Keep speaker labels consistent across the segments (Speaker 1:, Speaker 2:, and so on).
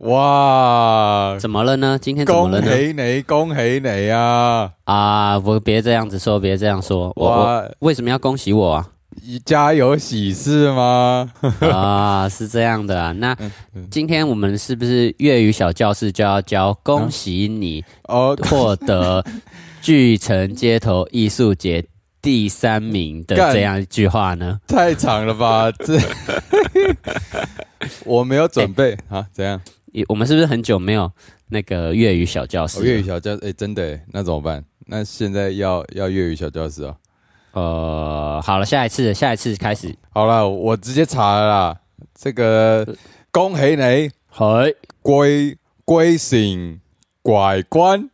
Speaker 1: 哇！
Speaker 2: 怎么了呢？今天怎么
Speaker 1: 恭
Speaker 2: 了呢？
Speaker 1: 喜你，恭喜你啊！
Speaker 2: 啊，我别这样子说，别这样说，我我
Speaker 1: 哇，
Speaker 2: 为什么要恭喜我 啊？
Speaker 1: 家有喜事吗？
Speaker 2: 啊，是这样的啊。那
Speaker 1: 嗯
Speaker 2: 今天我们是不是粤语小教室就要教恭喜你
Speaker 1: 哦，
Speaker 2: 获得巨城街头艺术节第三名的
Speaker 1: 干
Speaker 2: 这样一句话呢？
Speaker 1: 太长了吧？这 我没有准备
Speaker 2: 哎
Speaker 1: 啊？怎样？
Speaker 2: 也我们是不是很久没有那个粤语小教室
Speaker 1: 哦
Speaker 2: 了？
Speaker 1: 粤语小教哎，真的哎，那怎么办？那现在要要粤语小教室啊？
Speaker 2: 呃，好了，下一次，下一次开始。
Speaker 1: 好了，我直接查了啦。这个恭喜你，
Speaker 2: 好，
Speaker 1: 归归省拐关，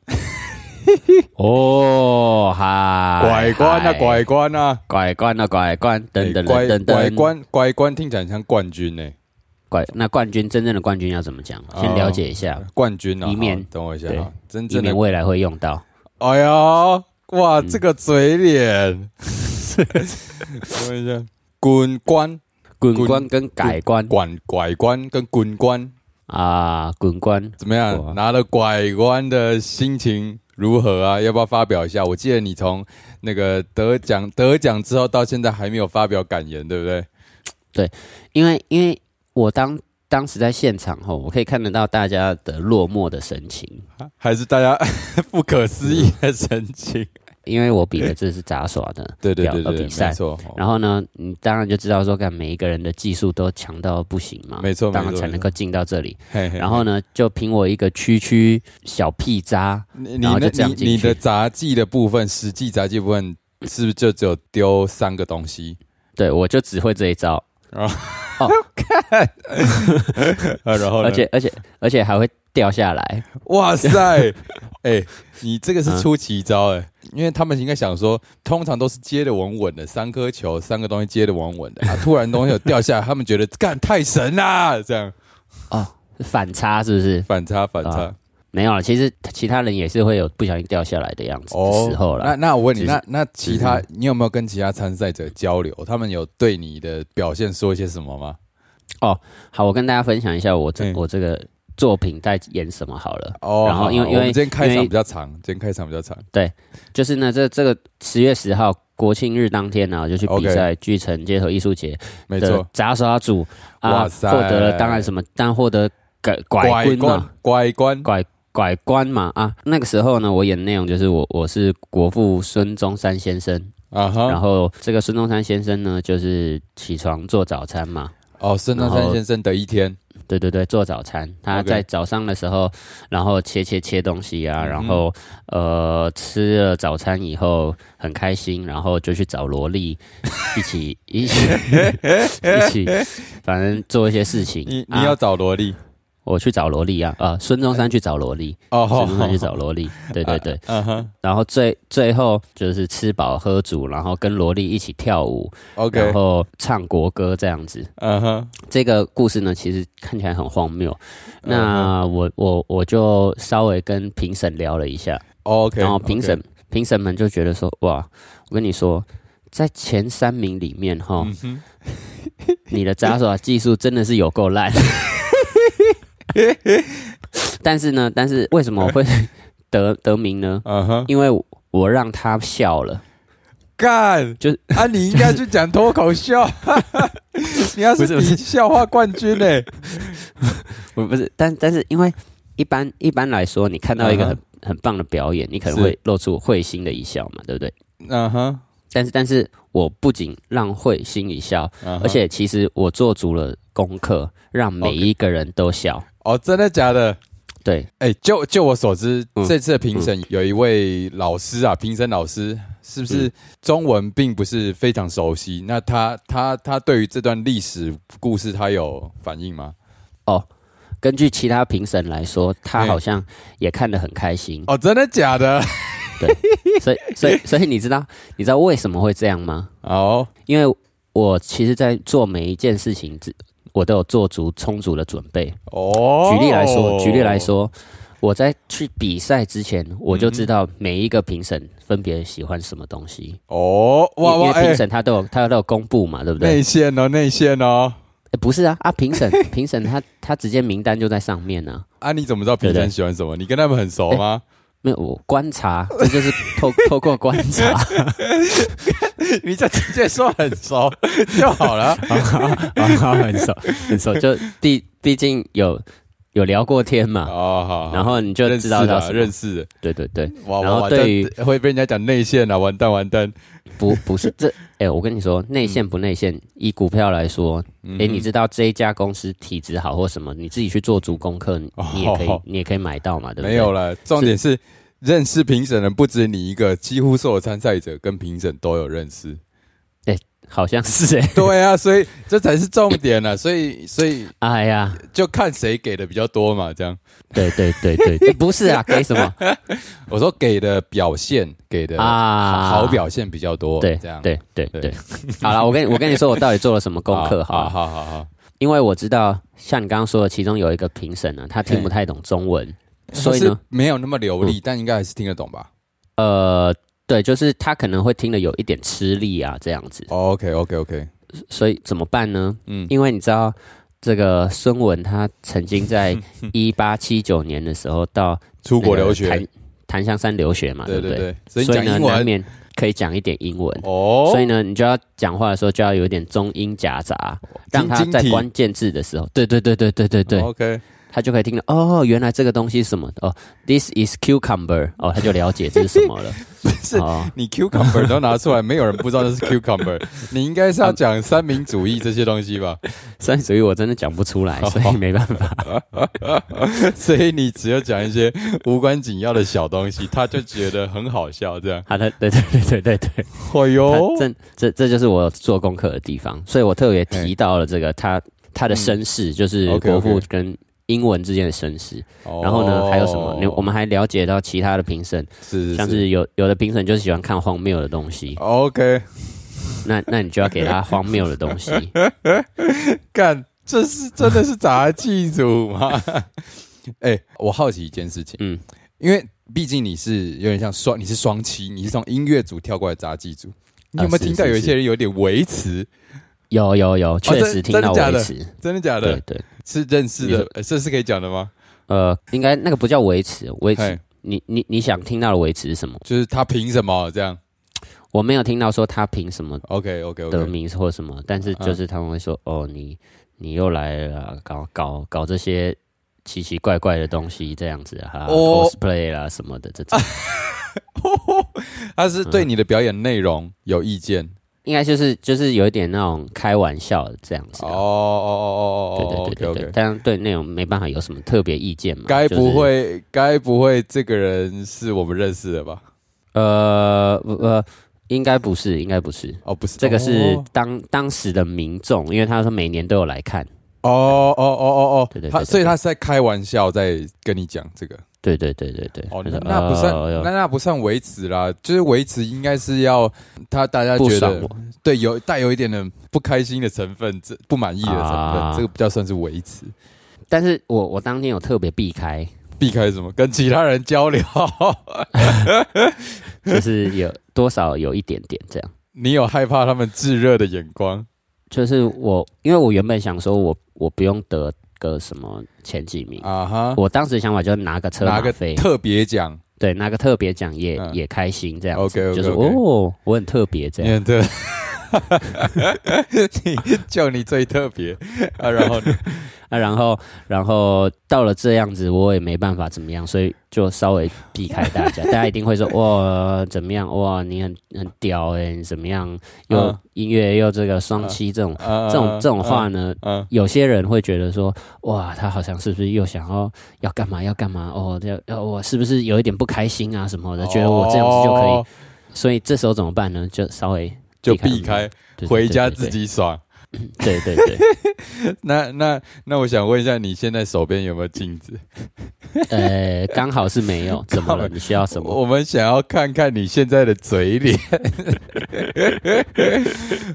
Speaker 2: 哦，哈，
Speaker 1: 拐关啊，
Speaker 2: 嗨
Speaker 1: 拐关啊，
Speaker 2: 拐关啊，拐关，等等
Speaker 1: 哎拐
Speaker 2: 等等
Speaker 1: 拐
Speaker 2: 等，
Speaker 1: 关拐关听起来很像冠军呢。
Speaker 2: 拐那冠军真正的冠军要怎么讲？
Speaker 1: 哦
Speaker 2: 先了解一下，
Speaker 1: 冠军啊，
Speaker 2: 以免
Speaker 1: 好等我一下
Speaker 2: 对
Speaker 1: 啊，真
Speaker 2: 以
Speaker 1: 正的
Speaker 2: 免，未来会用到。
Speaker 1: 哎呀，哇，
Speaker 2: 嗯
Speaker 1: 这个嘴 脸，等我一下，滚关
Speaker 2: 滚
Speaker 1: 滚
Speaker 2: 关跟改关
Speaker 1: 管拐关跟滚关
Speaker 2: 啊，滚关
Speaker 1: 怎么
Speaker 2: 哇
Speaker 1: 样？拿了拐关的心情如何啊？要不要发表一下？我记得你从那个得奖得奖之后到现在还没有发表感言，对不对？
Speaker 2: 因为因为我当当时在现场后，我可以看得到大家的落寞的神情，
Speaker 1: 还是大家 不可思议的神情？
Speaker 2: 因为我比的这是杂耍的
Speaker 1: 对对
Speaker 2: 表
Speaker 1: 对
Speaker 2: 呃
Speaker 1: 对，
Speaker 2: 比赛
Speaker 1: 没，错，哦
Speaker 2: 然后呢，你当然就知道说，看每一个人的技术都强到不行嘛，
Speaker 1: 没错
Speaker 2: 当
Speaker 1: 没
Speaker 2: 然
Speaker 1: 错
Speaker 2: 才能够进到这里。
Speaker 1: 嘿嘿
Speaker 2: 然后呢，就凭我一个区区小屁渣，
Speaker 1: 你
Speaker 2: 然
Speaker 1: 你
Speaker 2: 后就
Speaker 1: 那
Speaker 2: 这样
Speaker 1: 你
Speaker 2: 进
Speaker 1: 你
Speaker 2: 去
Speaker 1: 的杂技的部分，实际杂技部分是不是就只有丢三个东西？
Speaker 2: 对我就只会这一招，
Speaker 1: 啊，然后呢
Speaker 2: 而且而且而且还会掉下来。
Speaker 1: 哇 塞，哎、你这个是出奇招
Speaker 2: 嗯
Speaker 1: 哎、因为他们应该想说，通常都是接的稳稳的，三颗球，三个东西接的稳稳的，啊，突然东西有掉下来，他们觉得干太神啦，这样
Speaker 2: 反差是不是？
Speaker 1: 反差反差、
Speaker 2: 啊没有了，其实其他人也是会有不小心掉下来的样子的
Speaker 1: 哦
Speaker 2: 时候
Speaker 1: 那
Speaker 2: 啦。
Speaker 1: 那我问你，
Speaker 2: 只是
Speaker 1: 那那其他
Speaker 2: 嗯
Speaker 1: 你有没有跟其他参赛者交流？他们有对你的表现说一些什么吗？
Speaker 2: 好，我跟大家分享一下我这、
Speaker 1: 嗯
Speaker 2: 我这个作品在演什么好了。
Speaker 1: 哦，
Speaker 2: 然后
Speaker 1: 好
Speaker 2: 因为
Speaker 1: 好
Speaker 2: 因为
Speaker 1: 我们今天开
Speaker 2: 因
Speaker 1: 场
Speaker 2: 为
Speaker 1: 比较长，今天开场比较长。
Speaker 2: 就是呢，这这个十月十号国庆日当天呢、啊我就去比
Speaker 1: OK
Speaker 2: 赛巨城街头艺术节
Speaker 1: 没
Speaker 2: 的
Speaker 1: 错，
Speaker 2: 杂耍组啊，
Speaker 1: 哇塞
Speaker 2: 获得了当然什么，但获得拐拐棍嘛，
Speaker 1: 拐棍，
Speaker 2: 拐拐关嘛啊！那个时候呢，我演的内容就是我我是国父孙中山先生，
Speaker 1: 啊
Speaker 2: 然
Speaker 1: 哈，
Speaker 2: 后这个孙中山先生呢，就是起床做早餐嘛，
Speaker 1: 哦，孙中
Speaker 2: 然
Speaker 1: 山
Speaker 2: 后
Speaker 1: 先生的一天，
Speaker 2: 对对对，做早餐。他
Speaker 1: OK
Speaker 2: 在早上的时候，然后切切切东西啊，
Speaker 1: 嗯哼
Speaker 2: 然后呃吃了早餐以后很开心，然后就去找萝莉 一起一 起 一起，反正做一些事情。
Speaker 1: 你你
Speaker 2: 啊
Speaker 1: 要找萝莉
Speaker 2: 我去找萝莉啊啊！孙中山去找萝莉，
Speaker 1: 哦，
Speaker 2: 孙中山去
Speaker 1: 好，
Speaker 2: 找萝莉，对对 对。
Speaker 1: 嗯哼
Speaker 2: 然后最最后就是吃饱喝足，然后跟萝莉一起跳舞然
Speaker 1: ，OK，
Speaker 2: 后唱国歌这样子。
Speaker 1: 嗯哼，
Speaker 2: 这个故事呢，其实看起来很荒谬。
Speaker 1: 嗯
Speaker 2: 那我我我就稍微跟评审聊了一下
Speaker 1: OK，
Speaker 2: 然后评审评审们就觉得说，哇，我跟你说，在前三名里面哈，
Speaker 1: 嗯哼，
Speaker 2: 你的杂耍技术真的是有够 烂。但是呢，但是为什么我会 得得名呢？
Speaker 1: 嗯哼，
Speaker 2: 因为我让他笑了。
Speaker 1: 干
Speaker 2: 就是
Speaker 1: 啊，你应该去讲脱口 秀，你要是
Speaker 2: 不是不
Speaker 1: 比笑话冠军欸呢，
Speaker 2: 我不是，但但是因为一般一般来说，你看到一个很、
Speaker 1: 嗯
Speaker 2: 很棒的表演，你可能
Speaker 1: 是
Speaker 2: 会露出会心的一笑嘛，对不对？
Speaker 1: 嗯哼，
Speaker 2: 但是但是我不仅让会心一笑，
Speaker 1: 嗯哼
Speaker 2: 而且其实我做足了功课，让每一个人都笑。
Speaker 1: 哦，真的假的？
Speaker 2: 对，
Speaker 1: 哎，就就我所知，
Speaker 2: 嗯
Speaker 1: 这次的评审有一位老师啊，评审老师是不
Speaker 2: 嗯
Speaker 1: 是中文并不是非常熟悉？那他他他对于这段历史故事，他有反应吗？
Speaker 2: 根据其他评审来说，他
Speaker 1: 嗯
Speaker 2: 好像也看得很 开心，
Speaker 1: 哦，真的假的？
Speaker 2: 所以所以所以你知道你知道为什么会这样吗？
Speaker 1: 哦，
Speaker 2: 因为我其实，在做每一件事情之，我都有做足充足的准备。
Speaker 1: 哦，
Speaker 2: 举例来说，举例来，说，我在去比赛之前，我就知
Speaker 1: 嗯
Speaker 2: 道每一个评审分别喜欢什么东西。
Speaker 1: 哦，哇
Speaker 2: 因为
Speaker 1: 哇，
Speaker 2: 因为
Speaker 1: 哎
Speaker 2: 评，审他都有他都有公布嘛，对不对？
Speaker 1: 内线哦，内线哦，
Speaker 2: 诶诶不是啊啊！评审评审他他直接名单就在上面啊。
Speaker 1: 啊，你怎么知道评
Speaker 2: 对
Speaker 1: 审
Speaker 2: 对哎
Speaker 1: 喜欢什么？你跟他们很熟吗？
Speaker 2: 没有，我观察，这就是透透过观察。
Speaker 1: 你就直接说很熟 就好了。
Speaker 2: 啊，很熟，很熟。就毕毕竟有有聊过天嘛，
Speaker 1: 哦，好，好
Speaker 2: 然后你就
Speaker 1: 认识
Speaker 2: 知道到
Speaker 1: 了，
Speaker 2: 什
Speaker 1: 认
Speaker 2: 么。
Speaker 1: 识。
Speaker 2: 对对对，
Speaker 1: 哇
Speaker 2: 然后
Speaker 1: 哇，
Speaker 2: 对于
Speaker 1: 这会被人家讲内线啊，完蛋完蛋。
Speaker 2: 不不是这，哎、我跟你说，内
Speaker 1: 嗯
Speaker 2: 线不内线，以股票来说，哎、你知道这一家公司体质好或什么，你自己去做足功课，你
Speaker 1: 哦
Speaker 2: 你也 可以，你也可以买到嘛，对不对？
Speaker 1: 没有了，重点是认识评审人不止你一个，几乎所有参赛者跟评审都有认识。
Speaker 2: 好像是哎、
Speaker 1: 对啊，所以这才是重点啊，所以所以
Speaker 2: 哎呀，
Speaker 1: 就看谁给的比较多嘛，这样。
Speaker 2: 对对对对对，不是啊，给什么？
Speaker 1: 我说给的表现，给的
Speaker 2: 啊
Speaker 1: 好表现比较多，
Speaker 2: 对
Speaker 1: 这样。
Speaker 2: 对对
Speaker 1: 对
Speaker 2: 对，好了，我跟你我跟你说，我到底做了什么功课？好
Speaker 1: 好
Speaker 2: 了，
Speaker 1: 好好好，
Speaker 2: 因为我知道，像你刚刚说的，其中有一个评审啊呢，他听不太懂中文，所以
Speaker 1: 是
Speaker 2: 呢，嗯
Speaker 1: 没有那么流利，但应该还是听得懂吧
Speaker 2: 呃，对，就是他可能会听得有一点吃力啊，这样子，
Speaker 1: ？OK OK OK，
Speaker 2: 所以怎么办呢？
Speaker 1: 嗯，
Speaker 2: 因为你知道，这个孙文他曾经在一八七九年的时候到
Speaker 1: 出国
Speaker 2: 那个
Speaker 1: 留学，
Speaker 2: 檀檀香山留学嘛，
Speaker 1: 对
Speaker 2: 对不
Speaker 1: 对
Speaker 2: 对？
Speaker 1: 对，所以你
Speaker 2: 所以
Speaker 1: 讲
Speaker 2: 呢，
Speaker 1: 英
Speaker 2: 难
Speaker 1: 文
Speaker 2: 免可以讲一点英文。
Speaker 1: 哦，
Speaker 2: 所以呢，你就要讲话的时候就要有点中英夹杂，让他
Speaker 1: 晶
Speaker 2: 在
Speaker 1: 体
Speaker 2: 关键字的时候，对对对对对对对，
Speaker 1: OK，
Speaker 2: 他就可以听到哦，原来这个东西是什么哦，this is cucumber 哦，他就了解这是什么了。
Speaker 1: 是
Speaker 2: 哦，
Speaker 1: 你 cucumber 都拿出来，没有人不知道这是 cucumber。你应该是要讲三民主义这些东西吧？
Speaker 2: 三十语我真的讲不出来，所以没办法。
Speaker 1: 所以你只有讲一些无关紧要的小东西，他就觉得很好笑。这样，
Speaker 2: 好的，对对对对对对，
Speaker 1: 哎
Speaker 2: 他
Speaker 1: 呦，
Speaker 2: 这这这就是我做功课的地方，所以我特别提到了这个他他的身世，就是国
Speaker 1: 嗯 OK，OK
Speaker 2: 父跟英文之间的身世。
Speaker 1: 哦
Speaker 2: 然后呢，还有什么？你我们还了解到其他的评审，
Speaker 1: 是是
Speaker 2: 像
Speaker 1: 是
Speaker 2: 是有有的评审就是喜欢看荒谬的 东西，
Speaker 1: OK，
Speaker 2: 那那你就要给他荒谬的东西。
Speaker 1: 干，这是真的是杂技组吗？哎、我好奇一件事情，
Speaker 2: 嗯，
Speaker 1: 因为毕竟你是有点像双，你是双栖，你是从音乐组跳过来杂技组。你有没有
Speaker 2: 啊是
Speaker 1: 听到
Speaker 2: 是
Speaker 1: 有一
Speaker 2: 是
Speaker 1: 些人有点维持？
Speaker 2: 有有有，确实
Speaker 1: 哦真
Speaker 2: 听到
Speaker 1: 真的假的
Speaker 2: 维持，
Speaker 1: 真的假
Speaker 2: 对
Speaker 1: 的？
Speaker 2: 对。
Speaker 1: 是认识
Speaker 2: 你
Speaker 1: 的
Speaker 2: 说，
Speaker 1: 呃这是可以讲的吗？
Speaker 2: 呃，应该那个不叫维持，维
Speaker 1: 嘿
Speaker 2: 持。你你你想听到的维持是什么？
Speaker 1: 就是他凭什么这样
Speaker 2: 我没有听到说他凭什么
Speaker 1: ？OK OK OK，
Speaker 2: 得
Speaker 1: 嗯
Speaker 2: 名或什么，但是就是他们会说，哦，你你又来了，啊搞搞搞这些奇奇怪怪的东西，这样子哈、
Speaker 1: 哦啊
Speaker 2: c o s p l a y 啦什么的，这种、
Speaker 1: 他是对你的表演内容有意见
Speaker 2: 应该就是就是有一点那种开玩笑的这样子
Speaker 1: 哦
Speaker 2: 啊、
Speaker 1: 哦哦哦哦
Speaker 2: 对对对对
Speaker 1: OK
Speaker 2: 对，
Speaker 1: OK，
Speaker 2: 但对内容没办法有什么特别意见嘛？
Speaker 1: 该
Speaker 2: 就
Speaker 1: 不
Speaker 2: 是
Speaker 1: 会该不会这个人是我们认识的吧？
Speaker 2: 呃不呃，应该不是，应该不是，
Speaker 1: 哦，不是，
Speaker 2: 这个是
Speaker 1: 哦
Speaker 2: 当当时的民众，因为他说每年都有来看，
Speaker 1: 哦哦哦哦哦，
Speaker 2: 对对对
Speaker 1: 他
Speaker 2: 对
Speaker 1: 所以他是在开玩笑，在跟你讲这个
Speaker 2: 对对对对对，
Speaker 1: 哦，那
Speaker 2: 就是
Speaker 1: 那不算
Speaker 2: 哦哟
Speaker 1: 那那不算维持啦，就是维持应该是要他大家
Speaker 2: 不
Speaker 1: 觉
Speaker 2: 爽
Speaker 1: 得
Speaker 2: 我，
Speaker 1: 对有带有一点的不开心的成分，这不满意的成分
Speaker 2: 啊，
Speaker 1: 这个比较算是维持。
Speaker 2: 但是我我当天有特别避开，
Speaker 1: 避开什么？跟其他人交 流。
Speaker 2: 就是有多少有一点点这样，
Speaker 1: 你有害怕他们炙热的眼光？
Speaker 2: 就是我因为我原本想说我我不用得个什么前几名，
Speaker 1: 啊哈，
Speaker 2: 我当时想法就是拿个车
Speaker 1: 拿
Speaker 2: 马
Speaker 1: 个
Speaker 2: 费，
Speaker 1: 特别奖，
Speaker 2: 对，拿个特别奖也、
Speaker 1: 嗯
Speaker 2: 也开心这样子
Speaker 1: OK，OK，OK
Speaker 2: 就是哦，我很特别这样。
Speaker 1: 嗯，对， 你就你最特别啊。然 后呢
Speaker 2: 啊，然后，然后到了这样子，我也没办法怎么样，所以就稍微避开大家。大家一定会说哇，怎么样？哇，你很很屌哎、你怎么样？又、
Speaker 1: 嗯
Speaker 2: 音乐又这个双栖这种、
Speaker 1: 啊
Speaker 2: 这种这种话，呢，
Speaker 1: 嗯
Speaker 2: 有些人会觉得说哇，他好像是不是又想要要干嘛要干嘛？哦，要要我是不是有一点不开心啊什么的？觉得我这样子就可以，
Speaker 1: 哦
Speaker 2: 所以这时候怎么办呢？就稍微
Speaker 1: 就避
Speaker 2: 避
Speaker 1: 开
Speaker 2: 开，对
Speaker 1: 回家自。己爽。
Speaker 2: 对对对对对对对
Speaker 1: 那那那，我想问一下，你现在手边有没有镜子？
Speaker 2: 呃，刚好是没有，怎么了？你需要什么？
Speaker 1: 我们想要看看你现在的嘴 脸。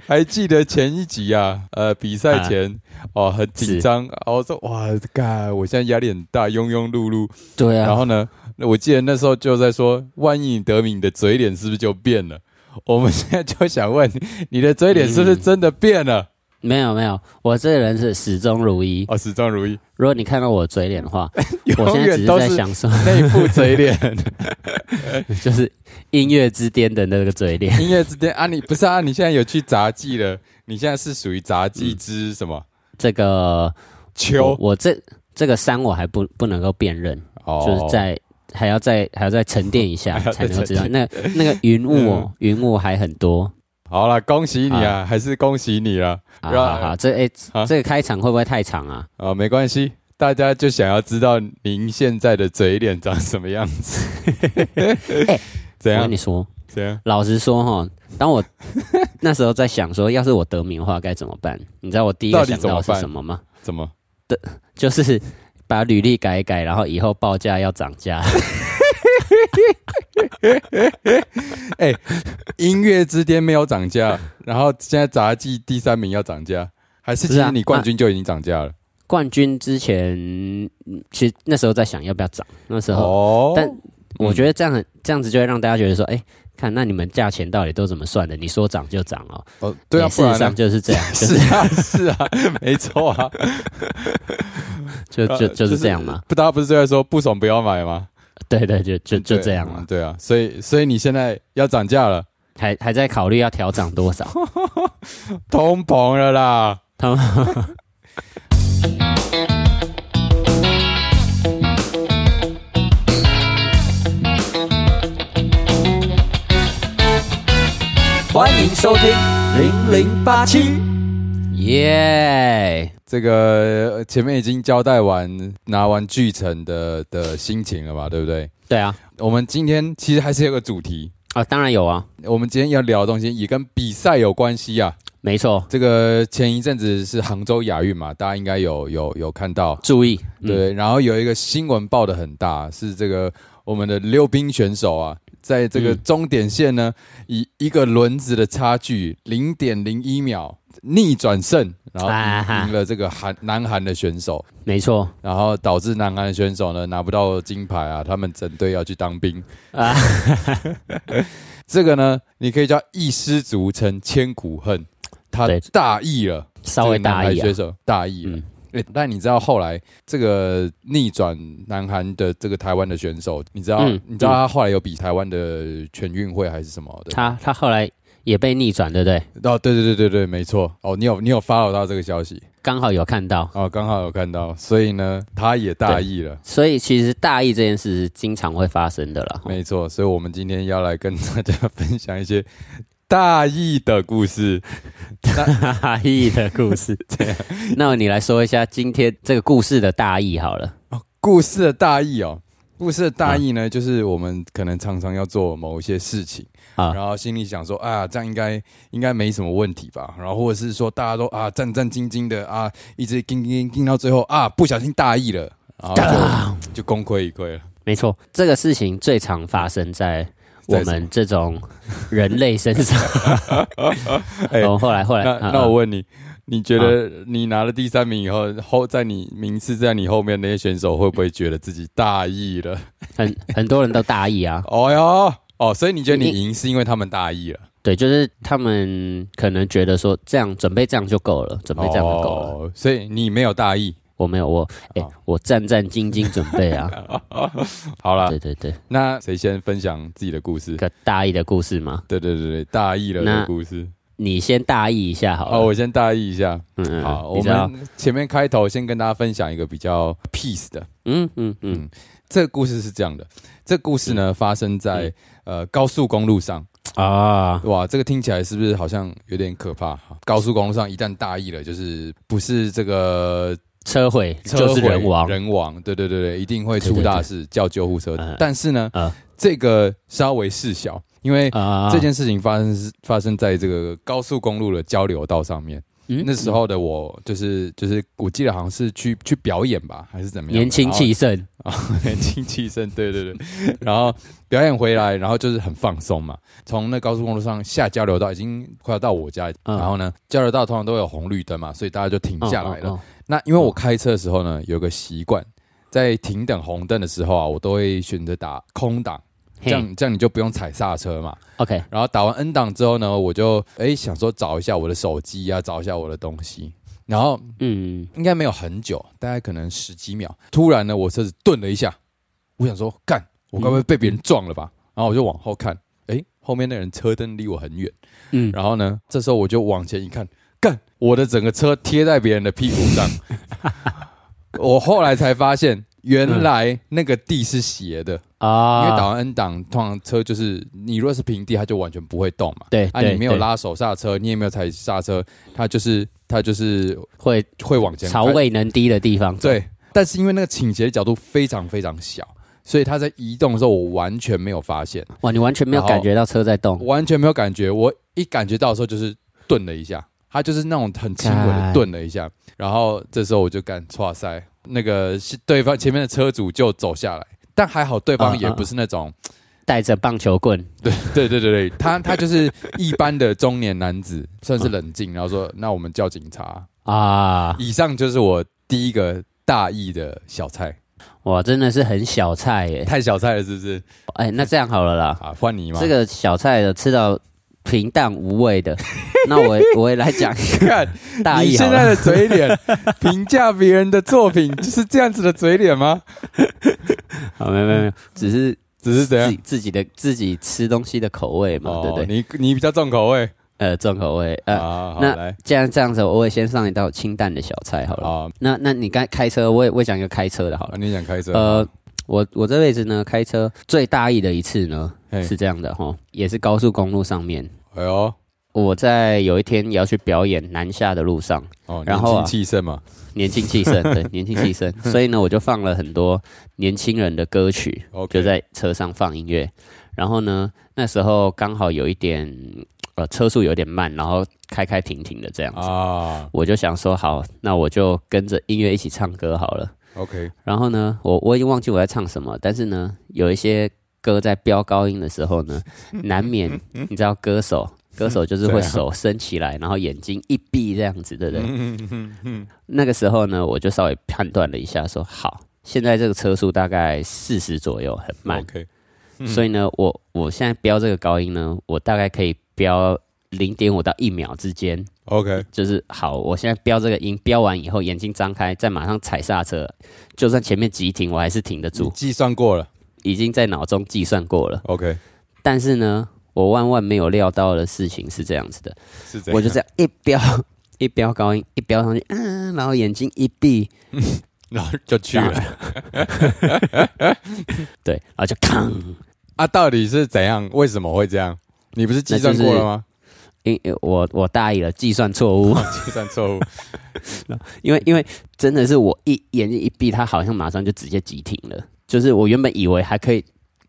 Speaker 1: 还记得前一集啊，呃，比赛前、
Speaker 2: 啊
Speaker 1: 哦很紧张，然后说哇，干，我现在压力很大，庸庸碌碌。
Speaker 2: 对啊，
Speaker 1: 然后呢，那我记得那时候就在说，万一你得名，你的嘴
Speaker 2: 嗯
Speaker 1: 脸是不是就变了？我们现在就想问，你的嘴脸是不是真的变了？
Speaker 2: 没有没有，我这个人是始终如一。
Speaker 1: 哦，始终如一，
Speaker 2: 如果你看到我嘴脸的话，我
Speaker 1: 永
Speaker 2: 现在只
Speaker 1: 远
Speaker 2: 是
Speaker 1: 都
Speaker 2: 在
Speaker 1: 是
Speaker 2: 享受，
Speaker 1: 那副嘴脸。
Speaker 2: 就是音乐之巅的那个嘴脸。
Speaker 1: 音乐之巅啊，你不是啊？你现在有去杂技了？你现在是属于杂技之什么？
Speaker 2: 这个我
Speaker 1: 秋
Speaker 2: 我这这个山我还不不能够辨认，
Speaker 1: 哦
Speaker 2: 就是在还要再还要再沉淀一下
Speaker 1: 还要再
Speaker 2: 才能够知道。
Speaker 1: 沉嗯
Speaker 2: 那那个云雾哦，云雾还很多。
Speaker 1: 好了，恭喜你啊，还是恭喜你了
Speaker 2: 啊
Speaker 1: 然后
Speaker 2: 好好，这哎、
Speaker 1: 啊
Speaker 2: 这个开场会不会太长啊？
Speaker 1: 啊，没关系。大家就想要知道您现在的嘴脸长什么样子？ 怎
Speaker 2: 哎我
Speaker 1: 样
Speaker 2: 跟你？说，
Speaker 1: 怎样？
Speaker 2: 老实说哈，当我那时候在想说，要是我得名的话该怎么办？你知道我第一
Speaker 1: 到
Speaker 2: 个
Speaker 1: 底
Speaker 2: 想
Speaker 1: 怎么
Speaker 2: 到
Speaker 1: 办
Speaker 2: 是什么吗？
Speaker 1: 怎么？
Speaker 2: 就是把履历改一改，然后以后报价要涨价。
Speaker 1: 音乐之巅没有涨价，然后现在杂技第三名要涨价，还是其
Speaker 2: 不是
Speaker 1: 实
Speaker 2: 啊
Speaker 1: 你冠军就已经涨价了？
Speaker 2: 冠军之前，嗯其实那时候在想要不要涨，那时候、
Speaker 1: 哦
Speaker 2: 啊但我觉得这样很这样子就会让大家觉得说，哎、看那你们价钱到底都怎么算的？你说涨就涨哦，
Speaker 1: 哦，对啊，
Speaker 2: 哎
Speaker 1: 不
Speaker 2: 事实
Speaker 1: 然呢
Speaker 2: 上？就是 这样，就是是
Speaker 1: 啊，是啊， 没错啊，
Speaker 2: 就
Speaker 1: 呃
Speaker 2: 就就是这样嘛，。
Speaker 1: 不，大家不是都在说不爽不要买吗？
Speaker 2: 对对，就就就
Speaker 1: 对
Speaker 2: 这样嘛
Speaker 1: 嗯，对啊，所以所以你现在要涨价了，
Speaker 2: 还还在考虑要调涨 多少。
Speaker 1: 通膨了啦。
Speaker 2: 他们
Speaker 3: 欢迎收听零零八七。
Speaker 2: 耶、
Speaker 1: 这个呃前面已经交代完拿完巨城的的心情了嘛，对不对？
Speaker 2: 对啊，
Speaker 1: 我们今天其实还是有个主题，
Speaker 2: 啊、当然有啊，
Speaker 1: 我们今天要聊的东西也跟比赛有关系啊。
Speaker 2: 没错，
Speaker 1: 这个前一阵子是杭州亚运嘛，大家应该有有有看到，
Speaker 2: 注意，嗯，
Speaker 1: 对，然后有一个新闻报的很大，是这个我们的溜冰选手啊，在这个
Speaker 2: 嗯
Speaker 1: 终点线呢，以一个轮子的差距零点零一秒逆转胜，然后
Speaker 2: 啊
Speaker 1: 赢
Speaker 2: 哈
Speaker 1: 赢了这个韩南韩的选手，
Speaker 2: 没错
Speaker 1: 然后导致南韩的选手呢拿不到金牌啊，他们整队要去当兵。
Speaker 2: 啊，
Speaker 1: 这个呢，你可以叫一失足成千古恨，他
Speaker 2: 对
Speaker 1: 大意了。
Speaker 2: 稍微大意
Speaker 1: 这个男孩选
Speaker 2: 啊，
Speaker 1: 手大意了。
Speaker 2: 嗯
Speaker 1: 诶但你知道后来这个逆转南韩的这个台湾的选手，你知道、
Speaker 2: 嗯
Speaker 1: 你知道他后来有比台湾的全运会还是什么的？
Speaker 2: 他他后来也被逆转，对不对？
Speaker 1: 哦，对对对对对，没错。哦，你有你有 follow 到这个消息
Speaker 2: 刚好有看到，
Speaker 1: 哦，刚好有看到，所以呢，他也大意了，
Speaker 2: 所以其实大意这件事是经常会发生的啦。哦
Speaker 1: 没错。所以我们今天要来跟大家分享一些大意的故事。
Speaker 2: 大意的故事，
Speaker 1: 啊
Speaker 2: 那你来说一下今天这个故事的大意好了。
Speaker 1: 故事的大意哦，故事的大意呢，就是我们可能常常要做某一些事情。
Speaker 2: 啊
Speaker 1: 然后心里想说啊，这样应该应该没什么问题吧？然后或者是说大家都啊战战兢兢的啊，一直盯盯盯到最后啊，不小心大意了，然后就就功亏一篑了。
Speaker 2: 没错，这个事情最常发生在我
Speaker 1: 在什
Speaker 2: 们这种人类身上。
Speaker 1: 哎
Speaker 2: 哦，后来后来，
Speaker 1: 那
Speaker 2: 啊
Speaker 1: 那我问你，你觉得你拿了第三名以后，后在你名次在你后面那些选手会不会觉得自己大意了？
Speaker 2: 很很多人都大意啊，
Speaker 1: 哦哟，哦，所以你觉得你
Speaker 2: 你
Speaker 1: 赢是因为他们大意了？
Speaker 2: 对，就是他们可能觉得说这样准备这样就够了，准备这样就够了。
Speaker 1: 哦，所以你没有大意。
Speaker 2: 我没有，我哎、
Speaker 1: 哦
Speaker 2: 我战战兢兢准备 啊。
Speaker 1: 好了
Speaker 2: 对，对对，
Speaker 1: 那谁先分享自己的故事
Speaker 2: 一？个大意的故事嘛，
Speaker 1: 对对对对，大意了的
Speaker 2: 那
Speaker 1: 故事。
Speaker 2: 你先大意一下好了。
Speaker 1: 哦，我先大意一下。
Speaker 2: 嗯嗯
Speaker 1: 好，
Speaker 2: 你
Speaker 1: 我
Speaker 2: 知道
Speaker 1: 们前面开头先跟大家分享一个比较 peace 的。
Speaker 2: 嗯嗯嗯，
Speaker 1: 这个故事是这样的，这个故事呢发生在
Speaker 2: 嗯
Speaker 1: 呃高速公路上。
Speaker 2: 啊，
Speaker 1: 哇，这个听起来是不是好像有点可怕？哈高速公路上一旦大意了，就是不是这个
Speaker 2: 车毁
Speaker 1: 车
Speaker 2: 就是
Speaker 1: 毁
Speaker 2: 人亡，
Speaker 1: 人亡，对对对对，一定会
Speaker 2: 对
Speaker 1: 出
Speaker 2: 对
Speaker 1: 大
Speaker 2: 对
Speaker 1: 事，叫救护车
Speaker 2: 嗯。
Speaker 1: 但是呢
Speaker 2: 嗯，
Speaker 1: 这个稍微事小，因为
Speaker 2: 啊，
Speaker 1: 这件事情发生是发生在这个高速公路的交流道上面。
Speaker 2: 嗯
Speaker 1: 那时候的我就是就是，我记得好像是去去表演吧，还是怎么样的？
Speaker 2: 年轻气盛，
Speaker 1: 然后， 年轻气盛，对对对。 然后表演回来，然后就是很放松嘛。从那高速公路上下交流道，已经快要到我家。
Speaker 2: 嗯
Speaker 1: 然后呢，交流道通常都有红绿灯嘛，所以大家就停下来了。
Speaker 2: 哦。哦哦
Speaker 1: 那因为我开车的时候呢，有个习惯，在停等红灯的时候啊，我都会选择打空档。这样这样你就不用踩刹车嘛。
Speaker 2: OK，
Speaker 1: 然后打完 N 档之后呢，我就哎想说找一下我的手机啊，找一下我的东西。然后
Speaker 2: 嗯，
Speaker 1: 应该没有很久，大概可能十几秒，突然呢，我车子顿了一下，我想说干，我该不会被别人撞了吧？然后我就往后看，哎，后面那人车灯离我很远，
Speaker 2: 嗯
Speaker 1: 然后呢，这时候我就往前一看，干，我的整个车贴在别人的屁股上。 我后来才发现，原来那个地是斜的，
Speaker 2: 啊，
Speaker 1: 因为打完 N 档，通常车就是你如果是平地，它就完全不会动嘛。
Speaker 2: 对
Speaker 1: 啊，
Speaker 2: 对
Speaker 1: 你没有
Speaker 2: 对
Speaker 1: 拉手刹车，你也没有踩刹车，它就是它就是
Speaker 2: 会
Speaker 1: 会往前开
Speaker 2: 朝未能低的地方，，
Speaker 1: 对，但是因为那个倾斜的角度非常非常小，所以它在移动的时候，我完全没有发现，
Speaker 2: 哇，你完全没有
Speaker 1: 然后
Speaker 2: 感觉到车在动，
Speaker 1: 完全没有感觉。我一感觉到的时候，就是顿了一下，它就是那种很轻微的
Speaker 2: 干
Speaker 1: 顿了一下。然后这时候我就干哇塞，那个是对方前面的车主就走下来，但还好对方
Speaker 2: 嗯
Speaker 1: 也
Speaker 2: 嗯
Speaker 1: 不是那种，
Speaker 2: 带着棒球棍，
Speaker 1: 对对对对，他他就是一般的中年男子，算是冷静，然后说那我们叫警察。
Speaker 2: 啊，
Speaker 1: 以上就是我第一个大意的小菜，
Speaker 2: 哇，真的是很小菜耶！
Speaker 1: 太小菜了是不是？
Speaker 2: 哎，那这样好 了啦，
Speaker 1: 啊，换你吗？
Speaker 2: 这个小菜的吃到平淡无 味的，那我我也来讲一个
Speaker 1: 看
Speaker 2: 大
Speaker 1: 你
Speaker 2: 意好
Speaker 1: 现在
Speaker 2: 了。
Speaker 1: 的嘴脸，评价别人的作品就是这样子的嘴脸吗？
Speaker 2: 好，啊没有没有没有，只是
Speaker 1: 只是怎
Speaker 2: 自
Speaker 1: 样
Speaker 2: 己？自己的自己吃东西的口味嘛，对不对？
Speaker 1: 啊哦你你比较重口味
Speaker 2: 呃，重口味，
Speaker 1: 啊，
Speaker 2: 呃，
Speaker 1: 好好
Speaker 2: 那
Speaker 1: 来
Speaker 2: 既然这样子，我会先上一道清淡的小菜好了。
Speaker 1: 好啊，
Speaker 2: 那那你刚开车，我也我也讲一个开车的好了。
Speaker 1: 你想开车？
Speaker 2: 呃，我我这辈子呢开车最大意的一次呢
Speaker 1: 嘿
Speaker 2: 是这样的哈，也是高速公路上面，
Speaker 1: 哎呦，
Speaker 2: 我在有一天也要去表演南下的路上，
Speaker 1: 哦，
Speaker 2: 然
Speaker 1: 年
Speaker 2: 后啊
Speaker 1: 轻气盛嘛，
Speaker 2: 年轻气盛，对，年轻气盛，所以呢，我就放了很多年轻人的歌曲
Speaker 1: OK
Speaker 2: 就在车上放音乐。然后呢，那时候刚好有一点呃车速有点慢，然后开开停停的这样子，
Speaker 1: 啊
Speaker 2: 我就想说好，那我就跟着音乐一起唱歌好了。
Speaker 1: ，OK，
Speaker 2: 然后呢，我我已经忘记我在唱什么，但是呢，有一些歌在飙高音的时候呢，
Speaker 1: 嗯
Speaker 2: 难免你知道歌手，歌手就是会
Speaker 1: 对啊嗯
Speaker 2: 手伸起来，然后眼睛一闭这样子，对不对？那个时候呢，我就稍微判断了一下说好，现在这个车速大概四十左右，很慢
Speaker 1: o，k 嗯
Speaker 2: 所以呢，我我现在飙这个高音呢，我大概可以飙零点五到一秒之间，
Speaker 1: OK，
Speaker 2: 就是好，我现在飙这个音，飙完以后眼睛张开，再马上踩刹车，就算前面急停，我还是停得
Speaker 1: 你
Speaker 2: 住，
Speaker 1: 计算过了
Speaker 2: 已经在脑中计算过了。
Speaker 1: ，OK，
Speaker 2: 但是呢，我万万没有料到的事情是这样子的，
Speaker 1: 是这样，
Speaker 2: 我就这样一飙 一飙高音，一飙上去，嗯，然后眼睛一闭，
Speaker 1: 然后就去了
Speaker 2: 对，然后就扛，
Speaker 1: 啊，到底是怎样？为什么会这样？你不是计算过了吗？哦
Speaker 2: 因因我我大意了，计算错误，
Speaker 1: 计算错误，
Speaker 2: 因为因为真的是我一眼睛一闭，它好像马上就直接急停了。就是我原本以为还可以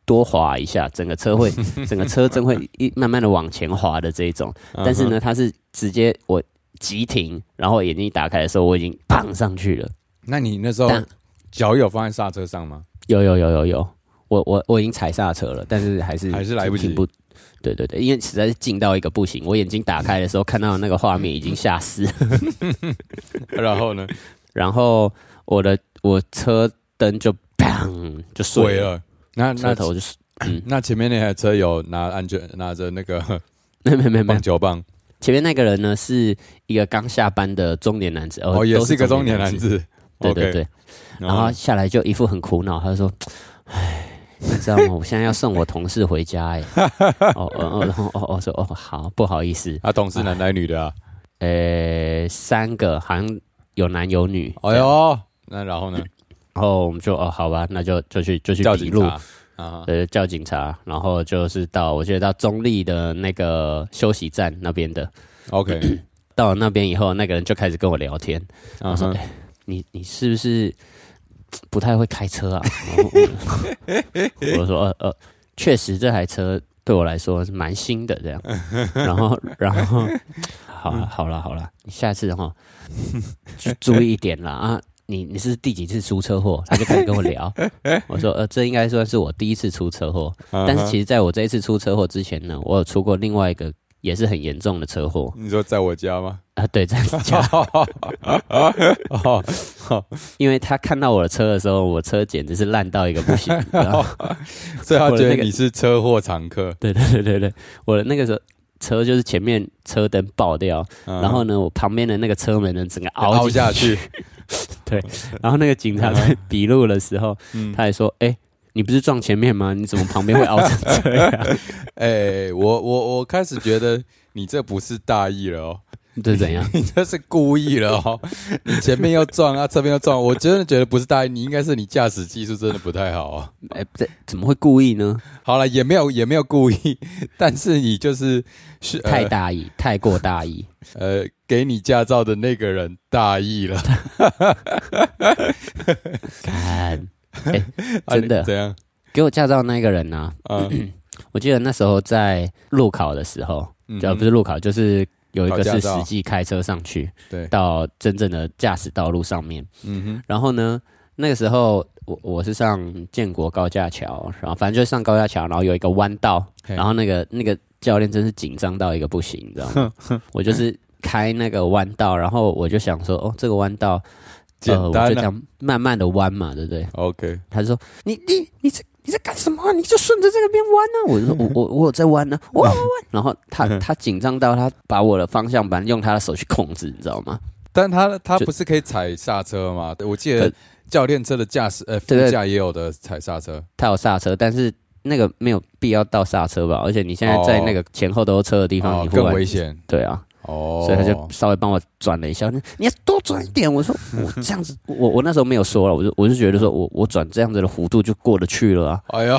Speaker 2: 多滑一下，整个车 会整个车真会一慢慢的往前滑的这一
Speaker 1: 嗯
Speaker 2: 种， 但是呢，它是直接我急停，然后眼睛一打开的时候，我已经砰上去了。
Speaker 1: 那你那时候
Speaker 2: 但
Speaker 1: 脚有放在刹车上吗？
Speaker 2: 有有有有有，我我我已经踩刹车了，但是还是
Speaker 1: 还是来不及
Speaker 2: 停不。对对对，因为实在是近到一个不行，我眼睛打开的时候看到那个画面已经吓死了
Speaker 1: 然后呢，
Speaker 2: 然后我的我车灯就砰就碎
Speaker 1: 毁，了，那
Speaker 2: 车
Speaker 1: 那
Speaker 2: 头就是
Speaker 1: 那前面那台车有拿安全拿着那个
Speaker 2: 没没没没
Speaker 1: 棒，球棒，
Speaker 2: 前面那个人呢是一个刚下班的中年男子，哦
Speaker 1: 哦，也
Speaker 2: 都
Speaker 1: 是
Speaker 2: 是
Speaker 1: 一个中年男
Speaker 2: 子，
Speaker 1: 子。
Speaker 2: 对
Speaker 1: OK，嗯啊
Speaker 2: 对对，然后下来就一副很苦恼，他就说，唉。你知道吗？我现在要送我同事回家哎、哦哦哦，然后哦哦说哦好，不好意思，
Speaker 1: 他同事男的女的啊？
Speaker 2: 呃，三个好像有男有女，
Speaker 1: 哎呦，那然后呢？
Speaker 2: 然后我们就哦好吧，那就就去就去
Speaker 1: 叫
Speaker 2: 笔
Speaker 1: 警
Speaker 2: 录，
Speaker 1: 察啊！
Speaker 2: 呃，叫警察，然后就是到我记得到中立的那个休息站那边的，
Speaker 1: OK，
Speaker 2: 到了那边以后，那个人就开始跟我聊天，
Speaker 1: 嗯
Speaker 2: 我说
Speaker 1: 哼：“
Speaker 2: 哎、你你是不是不太会开车啊？”然后我我就 说：“呃呃，确实这台车对我来说是蛮新的这样。”然后然后好了好了好了，你下次哈就注意一点啦啊！你你是第几次出车祸？他就开始跟我聊，我说：“呃，这应
Speaker 1: 啊嗯
Speaker 2: 哎该算是我第一次出车祸，但是其实在我这一次出车祸之前呢，我有出过另外一个也是很严重的车祸
Speaker 1: 你说在我家吗？
Speaker 2: 啊、对，在你 家，
Speaker 1: 哦，
Speaker 2: 因为他看到我的车的时候，我车简直是烂到一个不 行。然后
Speaker 1: 所以他
Speaker 2: 我的
Speaker 1: 觉
Speaker 2: 那
Speaker 1: 得
Speaker 2: 个
Speaker 1: 你是车祸常客。
Speaker 2: 对对对对对，我的那个时候车就是前面车灯爆掉，
Speaker 1: 然
Speaker 2: 然后呢，我旁边的那个车门呢整个凹
Speaker 1: 嗯凹
Speaker 2: 进
Speaker 1: 下去，
Speaker 2: 然后那个警察在笔录的时候，
Speaker 1: 嗯
Speaker 2: 他还说：“哎、你不是撞前面吗？你怎么旁边会凹成这样？
Speaker 1: 哎、我我我开始觉得你这不是大意了哦，
Speaker 2: 这是怎样？
Speaker 1: 你这是故意了哦。 你前面要撞啊，侧边要撞，我真的觉得不是大意，你应该是你驾驶技术真的不太好啊。
Speaker 2: 哎、这怎么会故意呢？
Speaker 1: 好了，也没有也没有故意， 但是你就是是、呃
Speaker 2: 太大意，太过大意。
Speaker 1: 呃，给你驾照的那个人大意 了，
Speaker 2: 看，
Speaker 1: 啊
Speaker 2: 真的
Speaker 1: 你怎样？
Speaker 2: 给我驾照那个人呢、
Speaker 1: 啊，
Speaker 2: 我记得那时候在路考的时候，
Speaker 1: 嗯
Speaker 2: 呃、不是路考，就是有一个
Speaker 1: 考驾
Speaker 2: 是
Speaker 1: 照
Speaker 2: 实际开车上去
Speaker 1: 对，
Speaker 2: 到真正的驾驶道路上面。
Speaker 1: 嗯
Speaker 2: 然后呢，那个时候我我是上建国高架桥，然后反正就是上高架桥，然后有一个弯道，
Speaker 1: 嘿
Speaker 2: 然后呃那个那个教练真是紧张到一个不行，你知道吗？ 我就是开那个弯道，然后我就想说，哦，这个弯道，
Speaker 1: 简
Speaker 2: 呃，我
Speaker 1: 单啊
Speaker 2: 就这样慢慢的弯嘛，对不对？
Speaker 1: 哼，OK，
Speaker 2: 他就说，你你你这。你在干什么啊、你就顺着这个边弯呢、啊我就说我我我有在弯呢、啊我我我。 然后
Speaker 1: 嗯
Speaker 2: 他他紧张到他把我的方向盘用他的手去控制，你知道吗？
Speaker 1: 但他他
Speaker 2: 就
Speaker 1: 不是可以踩刹车吗？我记得教练车的驾驶呃副
Speaker 2: 对对
Speaker 1: 驾也有的踩刹车，
Speaker 2: 它有刹车，但是那个没有必要到刹车吧？而且你现在在那个前后都有车的地
Speaker 1: 哦
Speaker 2: 方，你，忽
Speaker 1: 更
Speaker 2: 然
Speaker 1: 危险
Speaker 2: 对啊，
Speaker 1: 哦。
Speaker 2: 所以他就稍微帮我转了一下，那你要多转一点。我说我这样子，我我那时候没有说了，我就我就觉得说我我转这样子的弧度就过得去了啊。
Speaker 1: 哎呦，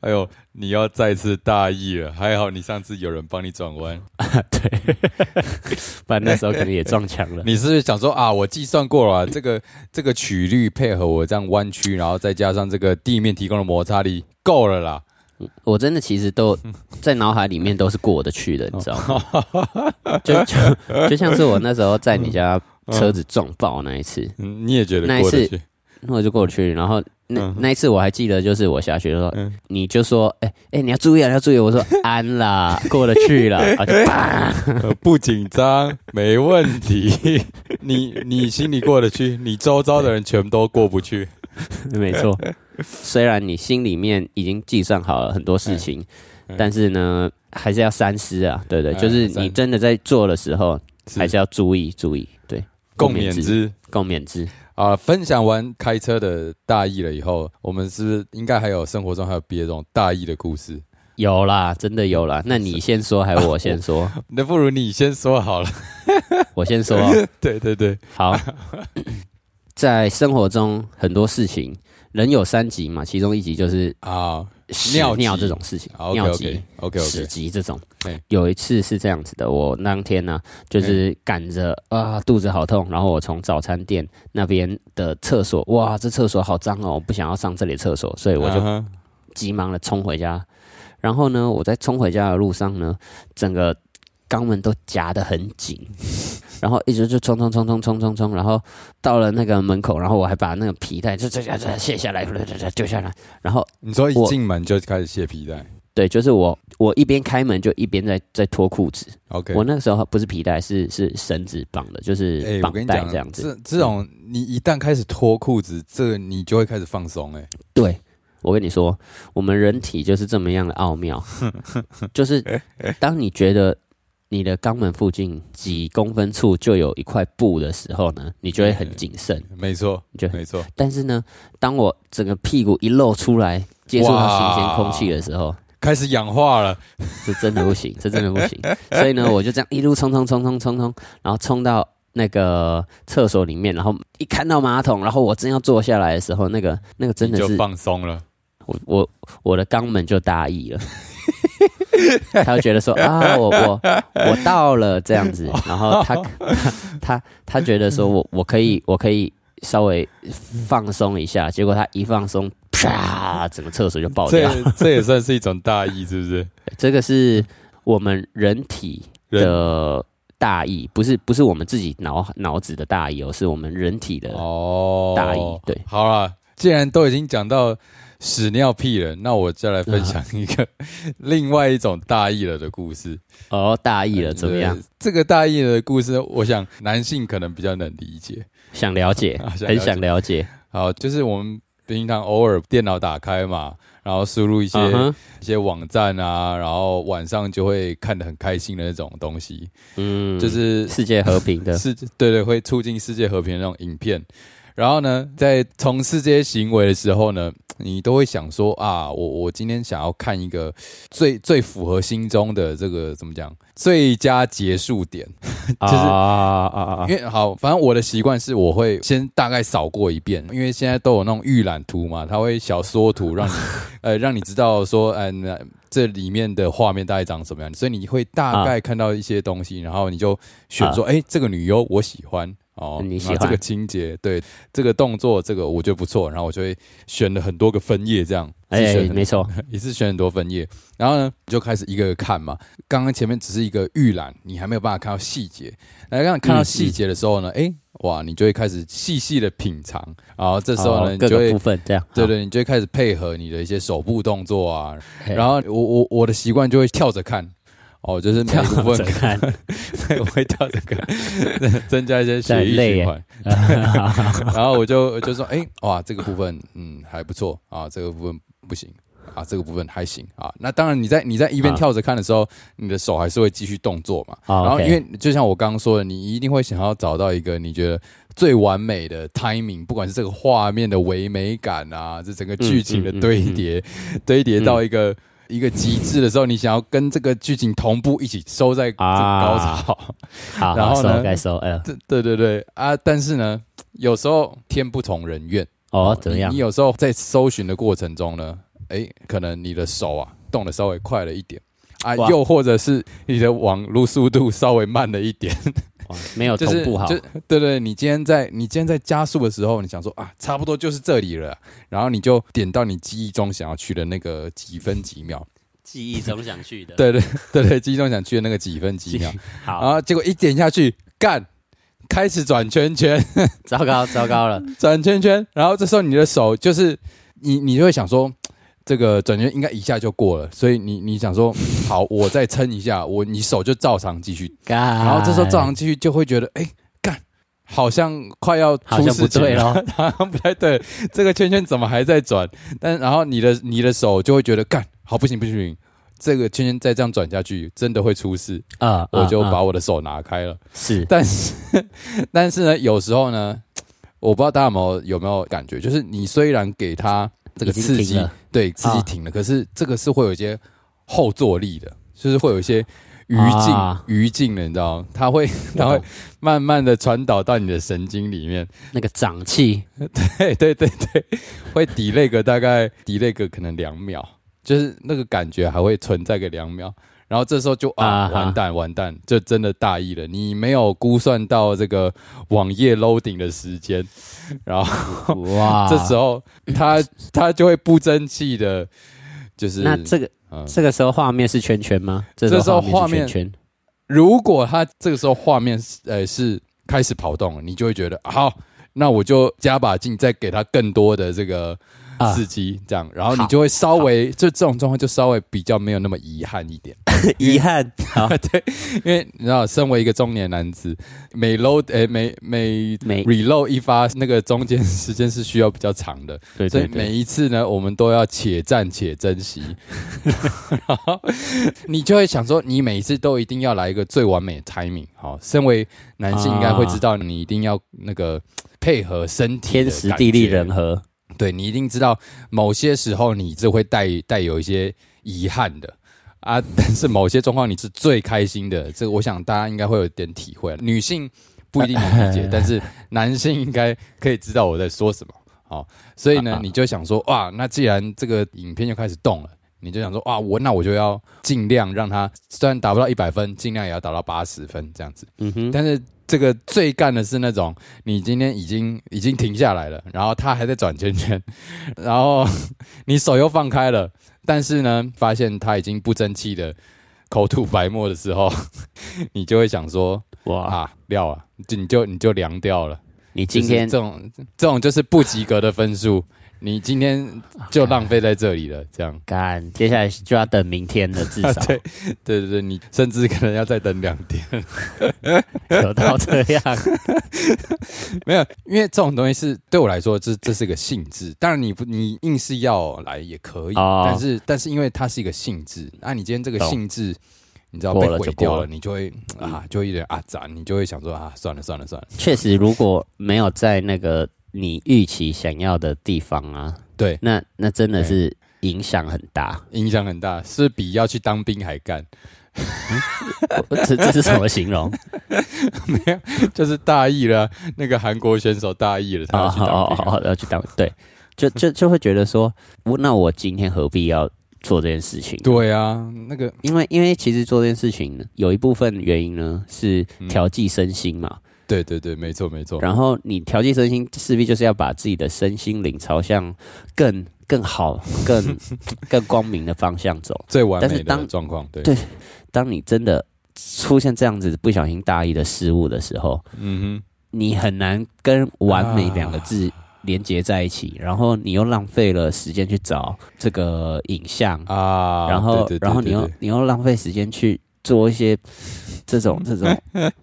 Speaker 1: 哎呦，你要再次大意了。还好你上次有人帮你转弯，
Speaker 2: 对，不然那时候可能也撞墙了。
Speaker 1: 你是不是想说啊，我计算过了啊、这个这个曲率配合我这样弯曲，然后再加上这个地面提供的摩擦力，够了啦。
Speaker 2: 我真的其实都 在脑海里面都是过得去的，你知道
Speaker 1: 哦
Speaker 2: 吗？就就就像是我那时候在你家车子撞爆那一次，
Speaker 1: 嗯，你也觉得
Speaker 2: 那一
Speaker 1: 过得
Speaker 2: 次
Speaker 1: 去？
Speaker 2: 那我就过去，然后那、
Speaker 1: 嗯
Speaker 2: 那一次我还记得，就是我下去的时候，
Speaker 1: 嗯
Speaker 2: 你就说，哎、哎、你要注意啊，你要注意，我说安啦，过得去 了，啊就啪，
Speaker 1: 呃不紧张，没问题。你你心里过得去，你周遭的人全都过不去。
Speaker 2: 没错。虽然你心里面已经计算好了很多事情，
Speaker 1: 嗯
Speaker 2: 但是呢，还是要三思啊，对不对？
Speaker 1: 嗯
Speaker 2: 就是你
Speaker 1: 三
Speaker 2: 真的在做的时候，
Speaker 1: 是
Speaker 2: 还是要注意注意，对，
Speaker 1: 共勉
Speaker 2: 之，
Speaker 1: 之
Speaker 2: 共勉之。
Speaker 1: 啊！分享完开车的大意了以后，我们是不是应该还有生活中还有别的这种大意的故事？
Speaker 2: 有啦，真的有
Speaker 1: 嗯
Speaker 2: 啦。那你先说，还是我
Speaker 1: 哦
Speaker 2: 先说？
Speaker 1: 那不如你先说好了。
Speaker 2: 我先说。哦
Speaker 1: 对对对，
Speaker 2: 好，在生活中很多事情，人有三急嘛，其中一急就是
Speaker 1: 啊
Speaker 2: 屎
Speaker 1: 尿急
Speaker 2: 尿这种事情，
Speaker 1: ，OK
Speaker 2: 尿
Speaker 1: OK
Speaker 2: 急、
Speaker 1: OK
Speaker 2: 屎
Speaker 1: OK，
Speaker 2: 急这种
Speaker 1: 嘿。
Speaker 2: 有一次是这样子的，我当天呢、就是赶着啊肚子好痛，然后我从早餐店那边的厕所，哇，这厕所好脏哦，我不想要上这里的厕所，所以我就
Speaker 1: 啊哈
Speaker 2: 急忙的冲回家。然后呢，我在冲回家的路上呢，整个肛门都夹得很紧，然后一直就冲冲冲冲冲冲冲，然后到了那个门口，然后我还把那个皮带就这这这卸下来，丢下来，然后
Speaker 1: 你说一
Speaker 2: 我
Speaker 1: 进门就开始卸皮带
Speaker 2: 对，就是我我一边开门就一边在在脱裤子。
Speaker 1: ，OK。
Speaker 2: 我那个时候不是皮带，是是绳子绑的，就是
Speaker 1: 哎，我
Speaker 2: 绑
Speaker 1: 跟你
Speaker 2: 带
Speaker 1: 讲，
Speaker 2: 这样子。嗯
Speaker 1: 这这种你一旦开始脱裤子，这个你就会开始放松。哎，
Speaker 2: 对，我跟你说，我们人体就是这么样的奥妙，就是当你觉得你的肛门附近几公分处就有一块布的时候呢，你就会很谨慎。
Speaker 1: 没错
Speaker 2: 就，
Speaker 1: 没错，
Speaker 2: 但是呢，当我整个屁股一露出来，接触到新鲜空气的时候，
Speaker 1: 开始氧化了。
Speaker 2: 这真的不行，这真的不行。所以呢，我就这样一路冲冲冲冲冲冲，然后冲到那个厕所里面，然后一看到马桶，然后我正要坐下来的时候，那个那个真
Speaker 1: 你
Speaker 2: 的
Speaker 1: 就是放松了。
Speaker 2: 我我我的肛门就大意了， 他就觉得说啊，我我我到了这样子，然后他他 他他觉得说我我可以我可以稍微放松一下，结果他一放松，啪，整个厕所就爆
Speaker 1: 这
Speaker 2: 掉。
Speaker 1: 也这也算是一种大意，是不是？
Speaker 2: 这个是我们人体
Speaker 1: 人
Speaker 2: 的大意，不是不是我们自己脑脑子的大意哦，是我们人体的
Speaker 1: 哦
Speaker 2: 大意。对，
Speaker 1: 好啦，既然都已经讲到屎尿屁了，那我再来分享一个
Speaker 2: 嗯
Speaker 1: 另外一种大意了的故事。
Speaker 2: 哦，大意
Speaker 1: 嗯
Speaker 2: 了，怎么样
Speaker 1: 对？？这个大意了的故事，我想男性可能比较能理解。
Speaker 2: 想了解，
Speaker 1: 啊 想了解
Speaker 2: 很想了解。
Speaker 1: 好，就是我们平常偶尔电脑打开嘛，然后输入一些、
Speaker 2: 嗯哼，
Speaker 1: 一些网站啊，然后晚上就会看得很开心的那种东西，
Speaker 2: 嗯，
Speaker 1: 就是
Speaker 2: 世界和 平的，
Speaker 1: 世对对会促进世界和平的那种影片。然后呢，在从事这些行为的时候呢，你都会想说啊，我我今天想要看一个最最符合心中的这个怎么讲最佳结束点，
Speaker 2: 啊啊啊啊！
Speaker 1: 因为好，反正我的习惯是我会先大概扫过一遍，因为现在都有那种预览图嘛，它会小缩图 让你呃让你知道说，哎、那这里面的画面大概长什么样，所以你会大概看到一些东西，然后你就选说，哎、这个女优我喜欢。哦，
Speaker 2: 啊你喜
Speaker 1: 然后这
Speaker 2: 欢
Speaker 1: 个情节，对这个动作，这个我觉得不错，然后我就会选了很多个分页，这样，自己
Speaker 2: 哎
Speaker 1: 选，很
Speaker 2: 没错，
Speaker 1: 一次选很多分页，然后呢，你就开始一个个看嘛。刚刚前面只是一个预览，你还没有办法看到细节。那让你看到细节的时候呢，哎、哇，你就会开始细细的品尝。然后这时候
Speaker 2: 好
Speaker 1: 呢，你
Speaker 2: 哦各
Speaker 1: 就
Speaker 2: 个
Speaker 1: 会
Speaker 2: 部分这样，
Speaker 1: 对对，你就会开始配合你的一些手部动作啊。
Speaker 2: 嘿
Speaker 1: 然后我我我的习惯就会跳着看，哦，就是每
Speaker 2: 跳
Speaker 1: 一个部
Speaker 2: 着
Speaker 1: 分
Speaker 2: 看，
Speaker 1: 对，我会跳着 看，增加一些血液
Speaker 2: 很累
Speaker 1: 循
Speaker 2: 耶
Speaker 1: 环。 然后我就我就说，哎、哇，这个部分嗯还不错啊，这个部分不行啊，这个部分还行啊。那当然，你在你在一边
Speaker 2: 啊
Speaker 1: 跳着看的时候，你的手还是会继续动作嘛。
Speaker 2: 啊
Speaker 1: 然后
Speaker 2: OK
Speaker 1: 因为就像我刚刚说的，你一定会想要找到一个你觉得最完美的 timing，不管是这个画面的唯美感啊，这整个剧情的
Speaker 2: 嗯嗯
Speaker 1: 堆叠，堆叠到一个。一个极致的时候，你想要跟这个剧情同步一起收在这个高
Speaker 2: 啊
Speaker 1: 潮，
Speaker 2: 好，
Speaker 1: 然
Speaker 2: 好
Speaker 1: 后呢
Speaker 2: 收该收，哎呦，
Speaker 1: 对对对对啊！但是呢，有时候天不从人愿
Speaker 2: 哦，怎么样
Speaker 1: 你？你有时候在搜寻的过程中呢，哎，可能你的手啊动的稍微快了一点啊，
Speaker 2: 哇
Speaker 1: 又或者是你的网路速度 稍微慢了一点，
Speaker 2: 哇没有
Speaker 1: 就是
Speaker 2: 哦同步好，
Speaker 1: 就对对，你今天在你今天在加速的时候，你想说啊，差不多就是这里了，啊然后你就点到你记忆中想要去的那个几分几秒，
Speaker 2: 记忆中想去的，
Speaker 1: 对对对对，记忆中想去的那个几分几
Speaker 2: 记
Speaker 1: 秒，然
Speaker 2: 好，
Speaker 1: 后结果一点下去，干，开始转圈圈。
Speaker 2: 糟糕，糟糕了，
Speaker 1: 转圈圈，然后这时候你的手就是你，你就会想说，这个转圈应该一下就过了，所以你你想说，好，我再撑一下，我你手就照常继续，
Speaker 2: 干，
Speaker 1: 然后这时候照常继续就会觉得，哎、干，好像快要
Speaker 2: 好
Speaker 1: 出
Speaker 2: 像不
Speaker 1: 事情
Speaker 2: 对， 咯，
Speaker 1: 好像不太对，这个圈圈怎么还在转？但然后你的你的手就会觉得，干，好不行不行不行，这个圈圈再这样转下去，真的会出事，
Speaker 2: 啊，
Speaker 1: 我就
Speaker 2: 啊
Speaker 1: 把
Speaker 2: 啊
Speaker 1: 我的手拿开了。
Speaker 2: 是
Speaker 1: 但是 但是呢，有时候呢，我不知道大家有没有有没有感觉，就是你虽然给他这个
Speaker 2: 已经
Speaker 1: 刺
Speaker 2: 停
Speaker 1: 激
Speaker 2: 了，
Speaker 1: 对刺激
Speaker 2: 啊
Speaker 1: 停了，可是这个是会有一些后坐力的，就是会有一些余烬、
Speaker 2: 啊
Speaker 1: 余烬的，你知道吗？它会它
Speaker 2: 我
Speaker 1: 会
Speaker 2: 懂
Speaker 1: 慢慢的传导到你的神经里面，
Speaker 2: 那个掌 气，
Speaker 1: 对对对对，会 delay 个大概 delay 个可能两秒，就是那个感觉还会存在个两秒，然后这时候就啊
Speaker 2: 啊哈
Speaker 1: 完蛋完蛋，就真的大意了，你没有估算到这个网页 loading 的时间，然后
Speaker 2: 哇，
Speaker 1: 这时候 他他就会不争气的，就是
Speaker 2: 那这个
Speaker 1: 嗯
Speaker 2: 这个时候画面是圈圈吗？这
Speaker 1: 这时候
Speaker 2: 画
Speaker 1: 画面
Speaker 2: 是圈圈，
Speaker 1: 如果他这个时候画面是呃是开始跑动了，你就会觉得好，那我就加把劲，再给他更多的这个
Speaker 2: 啊
Speaker 1: 刺激，这样，然后你
Speaker 2: 好
Speaker 1: 就会稍微就这种状况就稍微比较没有那么遗憾一点，
Speaker 2: 遗憾，好，
Speaker 1: 因为你知道，身为一个中年男子，每 load 呃每每
Speaker 2: 每
Speaker 1: reload 一发，那个中间时间是需要比较长的，
Speaker 2: 对
Speaker 1: 所以
Speaker 2: 对
Speaker 1: 每
Speaker 2: 对，
Speaker 1: 一次呢，我们都要且战且珍惜。 然后你就会想说，你每一次都一定要来一个最完美的 timing。好，身为男
Speaker 2: 啊
Speaker 1: 性应该会知道，你一定要那个配合身体的
Speaker 2: 天时地利
Speaker 1: 感觉
Speaker 2: 人和，
Speaker 1: 对你一定知道，某些时候你是会带带有一些遗憾的啊， 但是某些状况你是最开心的，这个我想大家应该会有点体会。女性不一定能理解，但是男性应该可以知道我在说什么。好，所以呢，你就想说，哇，那既然这个影片就开始动了。你就想说，哇，我那我就要尽量让他，虽然达不到一百分，尽量也要达到八十分这样子。
Speaker 2: 嗯哼，
Speaker 1: 但是这个最干的是那种，你今天已经已经停下来了，然后他还在转圈圈，然后 你手又放开了，但是呢，发现他已经不争气的口吐白沫的时候， 你就会想说
Speaker 2: 哇，
Speaker 1: 啊，料啊，就你就你就凉掉了。
Speaker 2: 你今天
Speaker 1: 就是这种这种就是不及格的分数，你今天就浪费在这里了，这样。
Speaker 2: 干，接下来就要等明天了，至少
Speaker 1: 对对对对，你甚至可能要再等两天。
Speaker 2: 有到这 样。
Speaker 1: 没有，因为这种东西是对我来说，这这是个性质。当然，你不你硬是要来也可以，
Speaker 2: 哦
Speaker 1: 但是但是因为它是一个性质，那、你今天这个
Speaker 2: 懂
Speaker 1: 性质，你知道
Speaker 2: 过
Speaker 1: 被
Speaker 2: 了
Speaker 1: 毁
Speaker 2: 就
Speaker 1: 掉
Speaker 2: 过
Speaker 1: 了，
Speaker 2: 了嗯
Speaker 1: 你就会啊，就会有点啊杂，你就会想说啊，算了算了算了，
Speaker 2: 确实，如果没有在那个你预期想要的地方啊，
Speaker 1: 对，
Speaker 2: 那那真的是影响很大。
Speaker 1: 影响很大，是比要去当兵还干，
Speaker 2: 我这这是什么形容？
Speaker 1: 就是大意了。啊那个韩国选手大意了，他 要去当兵啊、
Speaker 2: 哦，要去当对，就就就会觉得说，我那我今天何必要做这件事情？
Speaker 1: 对啊，那个
Speaker 2: 因为因为其实做这件事情呢，有一部分原因呢是
Speaker 1: 嗯
Speaker 2: 调剂身心嘛，
Speaker 1: 对对对，没错没错，
Speaker 2: 然后你调剂身心，势必就是要把自己的身心灵朝向更更好、更 更光明的方向走。
Speaker 1: 最完
Speaker 2: 但
Speaker 1: 美
Speaker 2: 是
Speaker 1: 的
Speaker 2: 当
Speaker 1: 状况，对，
Speaker 2: 对当你真的出现这样子不小心大意的失误的时候，
Speaker 1: 嗯
Speaker 2: 你很难跟“完美”两个字
Speaker 1: 啊
Speaker 2: 连接在一起，然后你又浪费了时间去找这个影像，
Speaker 1: 哼啊，
Speaker 2: 然后
Speaker 1: 对对对
Speaker 2: 然后你
Speaker 1: 对
Speaker 2: 又
Speaker 1: 对
Speaker 2: 你又浪费时间去做一些这种这种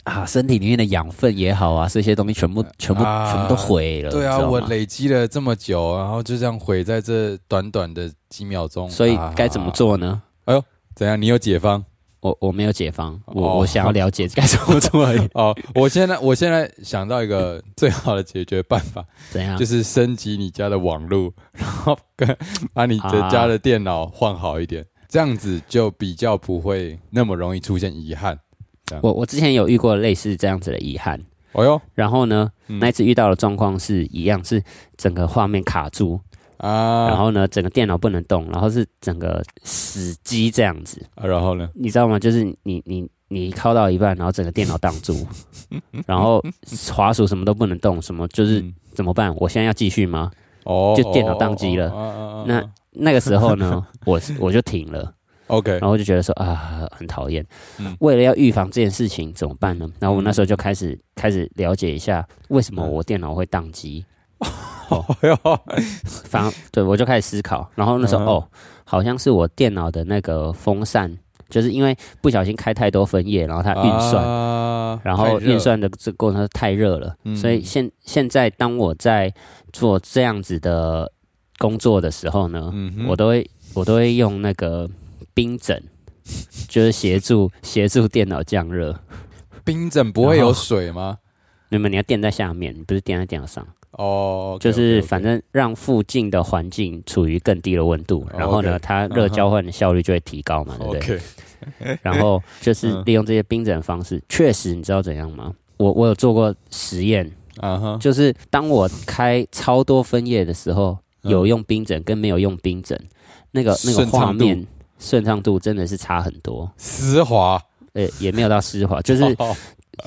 Speaker 2: 啊，身体里面的养分也好啊，这些东西全部全部、
Speaker 1: 啊
Speaker 2: 全部都毁了，
Speaker 1: 对啊，
Speaker 2: 你知道吗
Speaker 1: 我累积了这么久，然后就这样毁在这短短的几秒钟，
Speaker 2: 所以
Speaker 1: 啊
Speaker 2: 该怎么？做呢？
Speaker 1: 怎样？你有解放？
Speaker 2: 我我没有解放，我、
Speaker 1: 哦
Speaker 2: 我想要了解该怎么 做而已
Speaker 1: 哦，我现在我现在想到一个最好的解决办法，
Speaker 2: 怎样？
Speaker 1: 就是升级你家的网络，然后跟把你的家的电脑换好一点，这样子就比较不会那么容易出现遗憾。
Speaker 2: 我我之前有遇过类似这样子的遗憾，
Speaker 1: 哦哟
Speaker 2: 然后呢，
Speaker 1: 嗯
Speaker 2: 那一次遇到的状况是一样，是整个画面卡住，
Speaker 1: 啊，
Speaker 2: 然后呢，整个电脑不能动，然后是整个死机这样子，
Speaker 1: 啊然后呢？
Speaker 2: 你知道吗？就是你你你靠到一半，然后整个电脑挡 住，然后滑鼠什么都不能动，什么就是
Speaker 1: 嗯
Speaker 2: 怎么办？我现在要继续吗？
Speaker 1: 哦，
Speaker 2: 就电脑宕机了
Speaker 1: 了
Speaker 2: 那那个时候呢，我我就停了。
Speaker 1: OK，
Speaker 2: 然后我就觉得说啊，很讨厌。
Speaker 1: 嗯
Speaker 2: 为了要预防这件事情怎么办呢？然后我那时候就开始开始了解一下为什
Speaker 1: 嗯
Speaker 2: 么我电脑会宕机。
Speaker 1: 哦哟，
Speaker 2: 反对我就开始思考，然后那时候、
Speaker 1: 嗯
Speaker 2: 哦，好像是我电脑的那个风扇，就是因为不小心开太多分页，然后它运算，
Speaker 1: 啊
Speaker 2: 然后
Speaker 1: 太热
Speaker 2: 运算的这个过程中太热了，
Speaker 1: 嗯
Speaker 2: 所以现现在当我在做这样子的工作的时候呢，
Speaker 1: 嗯哼
Speaker 2: 我都会我都会用那个冰枕，就是协助协助电脑降热。
Speaker 1: 冰枕不会
Speaker 2: 然
Speaker 1: 有
Speaker 2: 后
Speaker 1: 水吗？
Speaker 2: 那么你要垫在下面，不是垫在电脑上，
Speaker 1: 哦，OK，OK，OK，
Speaker 2: 就是反正让附近的环境处于更低的温度，然后呢，
Speaker 1: 哦 OK，嗯
Speaker 2: 它热交换的效率就会提高嘛，对不对？
Speaker 1: OK，
Speaker 2: 然后就是
Speaker 1: 嗯
Speaker 2: 利用这些冰枕方式，确实你知道怎样吗？我我有做过实验，
Speaker 1: 啊哈，
Speaker 2: 就是当我开超多分页的时候，
Speaker 1: 嗯
Speaker 2: 有用冰枕跟没有用冰枕，那个那个
Speaker 1: 顺畅
Speaker 2: 画面顺畅度真的是差很多，
Speaker 1: 丝滑，
Speaker 2: 呃，也没有到湿 滑，就是
Speaker 1: 哦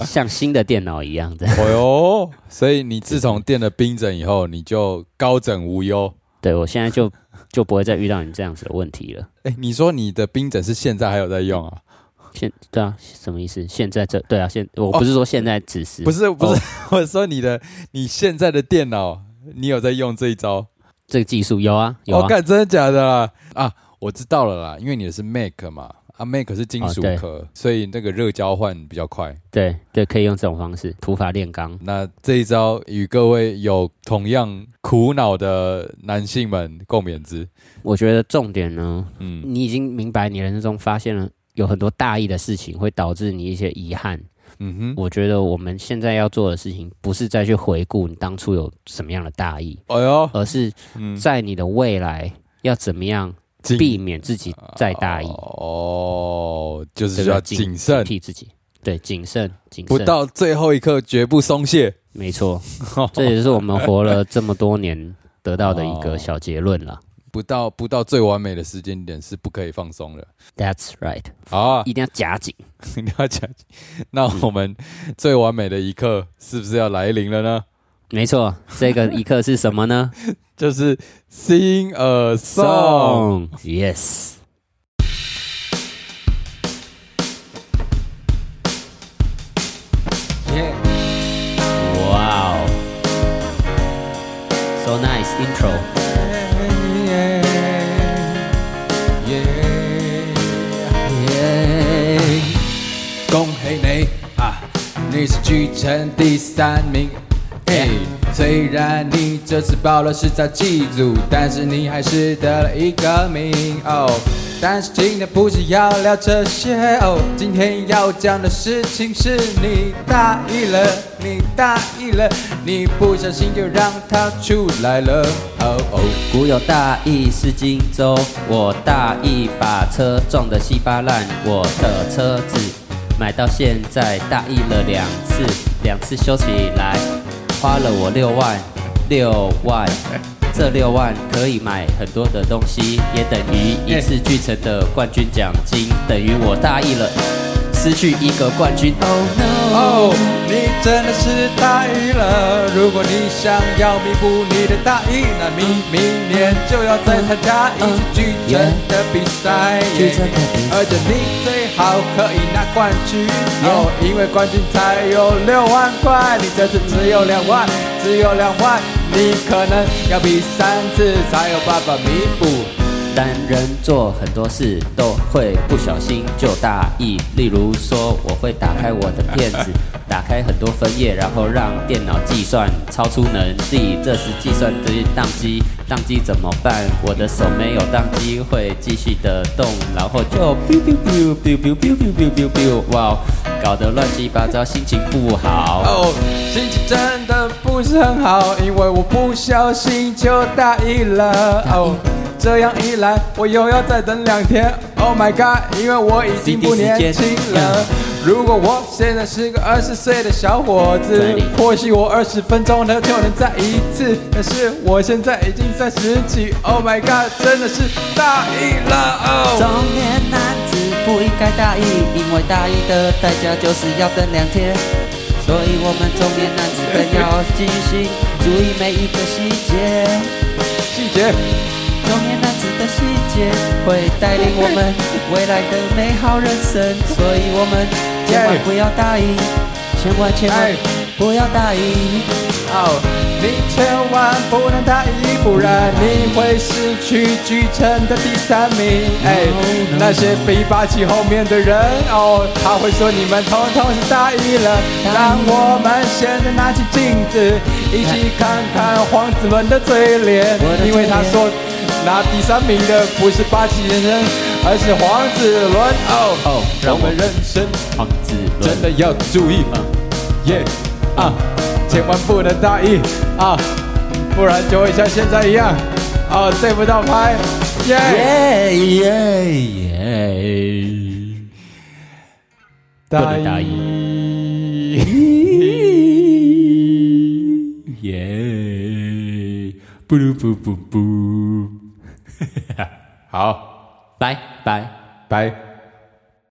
Speaker 2: 像新的电脑一样的。
Speaker 1: 哟，哎所以你自从垫了冰枕以后，你就高枕无忧。
Speaker 2: 对我现在就就不会再遇到你这样子的问题了。
Speaker 1: 哎，你说你的冰枕是现在还有在用啊？
Speaker 2: 现对啊，什么意思？现在这对啊，现我不是说现在此时，
Speaker 1: 哦不是不
Speaker 2: 哦
Speaker 1: 是， 我说你的你现在的电脑，你有在用这一招？
Speaker 2: 这个技术有啊有
Speaker 1: 我
Speaker 2: 啊，
Speaker 1: 哦干，真的假的啦？啊，我知道了啦，因为你的是 Mac 嘛，啊 Mac 是金属
Speaker 2: 哦对
Speaker 1: 壳，所以那个热交换比较快。
Speaker 2: 对对，可以用这种方式土法炼钢。
Speaker 1: 那这一招与各位有同样苦恼的男性们共勉之。
Speaker 2: 我觉得重点呢，
Speaker 1: 嗯，
Speaker 2: 你已经明白你人生中发现了有很多大意的事情会导致你一些遗憾。
Speaker 1: 嗯哼，
Speaker 2: 我觉得我们现在要做的事情，不是再去回顾你当初有什么样的大意，
Speaker 1: 哎呦，
Speaker 2: 而是
Speaker 1: 嗯，
Speaker 2: 在你的未来要怎么样
Speaker 1: 谨
Speaker 2: 避免自己再大意，
Speaker 1: 哦，就是
Speaker 2: 对
Speaker 1: 需
Speaker 2: 不
Speaker 1: 要
Speaker 2: 对？
Speaker 1: 谨慎，
Speaker 2: 警惕自己，对，谨慎，谨
Speaker 1: 不
Speaker 2: 慎，
Speaker 1: 到最后一刻绝不松懈。
Speaker 2: 没错，这也是我们活了这么多年得到的一
Speaker 1: 哦
Speaker 2: 个小结论了。
Speaker 1: 不到不到最完美的时间点是不可以放松的。
Speaker 2: That's right，
Speaker 1: 好啊，
Speaker 2: 一定要夹紧。
Speaker 1: 你要讲，那我们最完美的一刻是不是要来临了呢？
Speaker 2: 没错，这个一刻是什么 呢
Speaker 1: 就是 sing a song。
Speaker 2: ？Song，Yes。哇哦，so nice intro。
Speaker 1: 啊 GSG 成第三名。嘿，虽然你这次报了是在祭祖，但是你还是得了一个名哦。但是今天不是要聊这些哦，今天要讲的事情是你大意了，你大意了，你不小心就让它出来了。哦哦，
Speaker 2: 古有大意失荆州，我大意把车撞得稀巴烂，我的车子买到现在大意了两次，两次修起来花了我六万，六万，这六万可以买很多的东西，也等于一次巨城的冠军奖金，等于我大意了，失去一个冠军。Oh
Speaker 1: 哦，你真的是大意了。如果你想要弥补你的大意，那你明年就要再参加一次矩阵的比赛，
Speaker 2: 矩阵的比赛
Speaker 1: 而且你最好可以拿冠军哦，因为冠军才有六万块，你这次只有两万，只有两万，你可能要比三次才有办法弥补。
Speaker 2: 单人做很多事都会不小心就大意，例如说我会打开我的片子，打开很多分页，然后让电脑计算超出能力，这时计算机宕机，宕机怎么办？我的手没有宕机，会继续的动，然后就哦 biu biu biu biu biu biu biu biu biu biu，哇，搞得乱七八糟，心情不好。
Speaker 1: 哦，心情真的不是很好，因为我不小心就大意了。哦，这样一来我又要再等两天。Oh my god，因为我已经不年轻了。如果我现在是个二十岁的小伙子
Speaker 2: 对，
Speaker 1: 或许我二十分钟呢就能再一次，但是我现在已经三十几。Oh my god，真的是大意了哦。
Speaker 2: 中年男子不应该大意，因为大意的代价就是要等两天。所以我们中年男子更要精心注意每一个细节，
Speaker 1: 细节，
Speaker 2: 中年男子的细节会带领我们未来的美好人生。所以我们千万不要大意，千万千万
Speaker 1: 哎
Speaker 2: 不要大意。
Speaker 1: 哦，你千万不能大意，不然你会失去巨城的第三名。哎
Speaker 2: No, no,，
Speaker 1: 那些比霸气后面的人哦，他会说你们统统是大意了。
Speaker 2: 大
Speaker 1: 让
Speaker 2: 意
Speaker 1: 我们现在拿起镜子，一起看看黄子伦的嘴脸
Speaker 2: 我的，
Speaker 1: 因为他
Speaker 2: 嘴脸
Speaker 1: 说拿第三名的不是霸气先生，而是黄子伦。哦
Speaker 2: 哦让
Speaker 1: 我们人生
Speaker 2: 黄子伦
Speaker 1: 真的要注意。耶啊，千万不能大意啊，不然就会像现在一样啊，对不到拍。耶、
Speaker 2: 耶耶耶！
Speaker 1: 大
Speaker 4: 能大
Speaker 1: 意。
Speaker 2: 耶，不噜不不不，
Speaker 1: 好，
Speaker 2: 拜拜。
Speaker 1: 拜。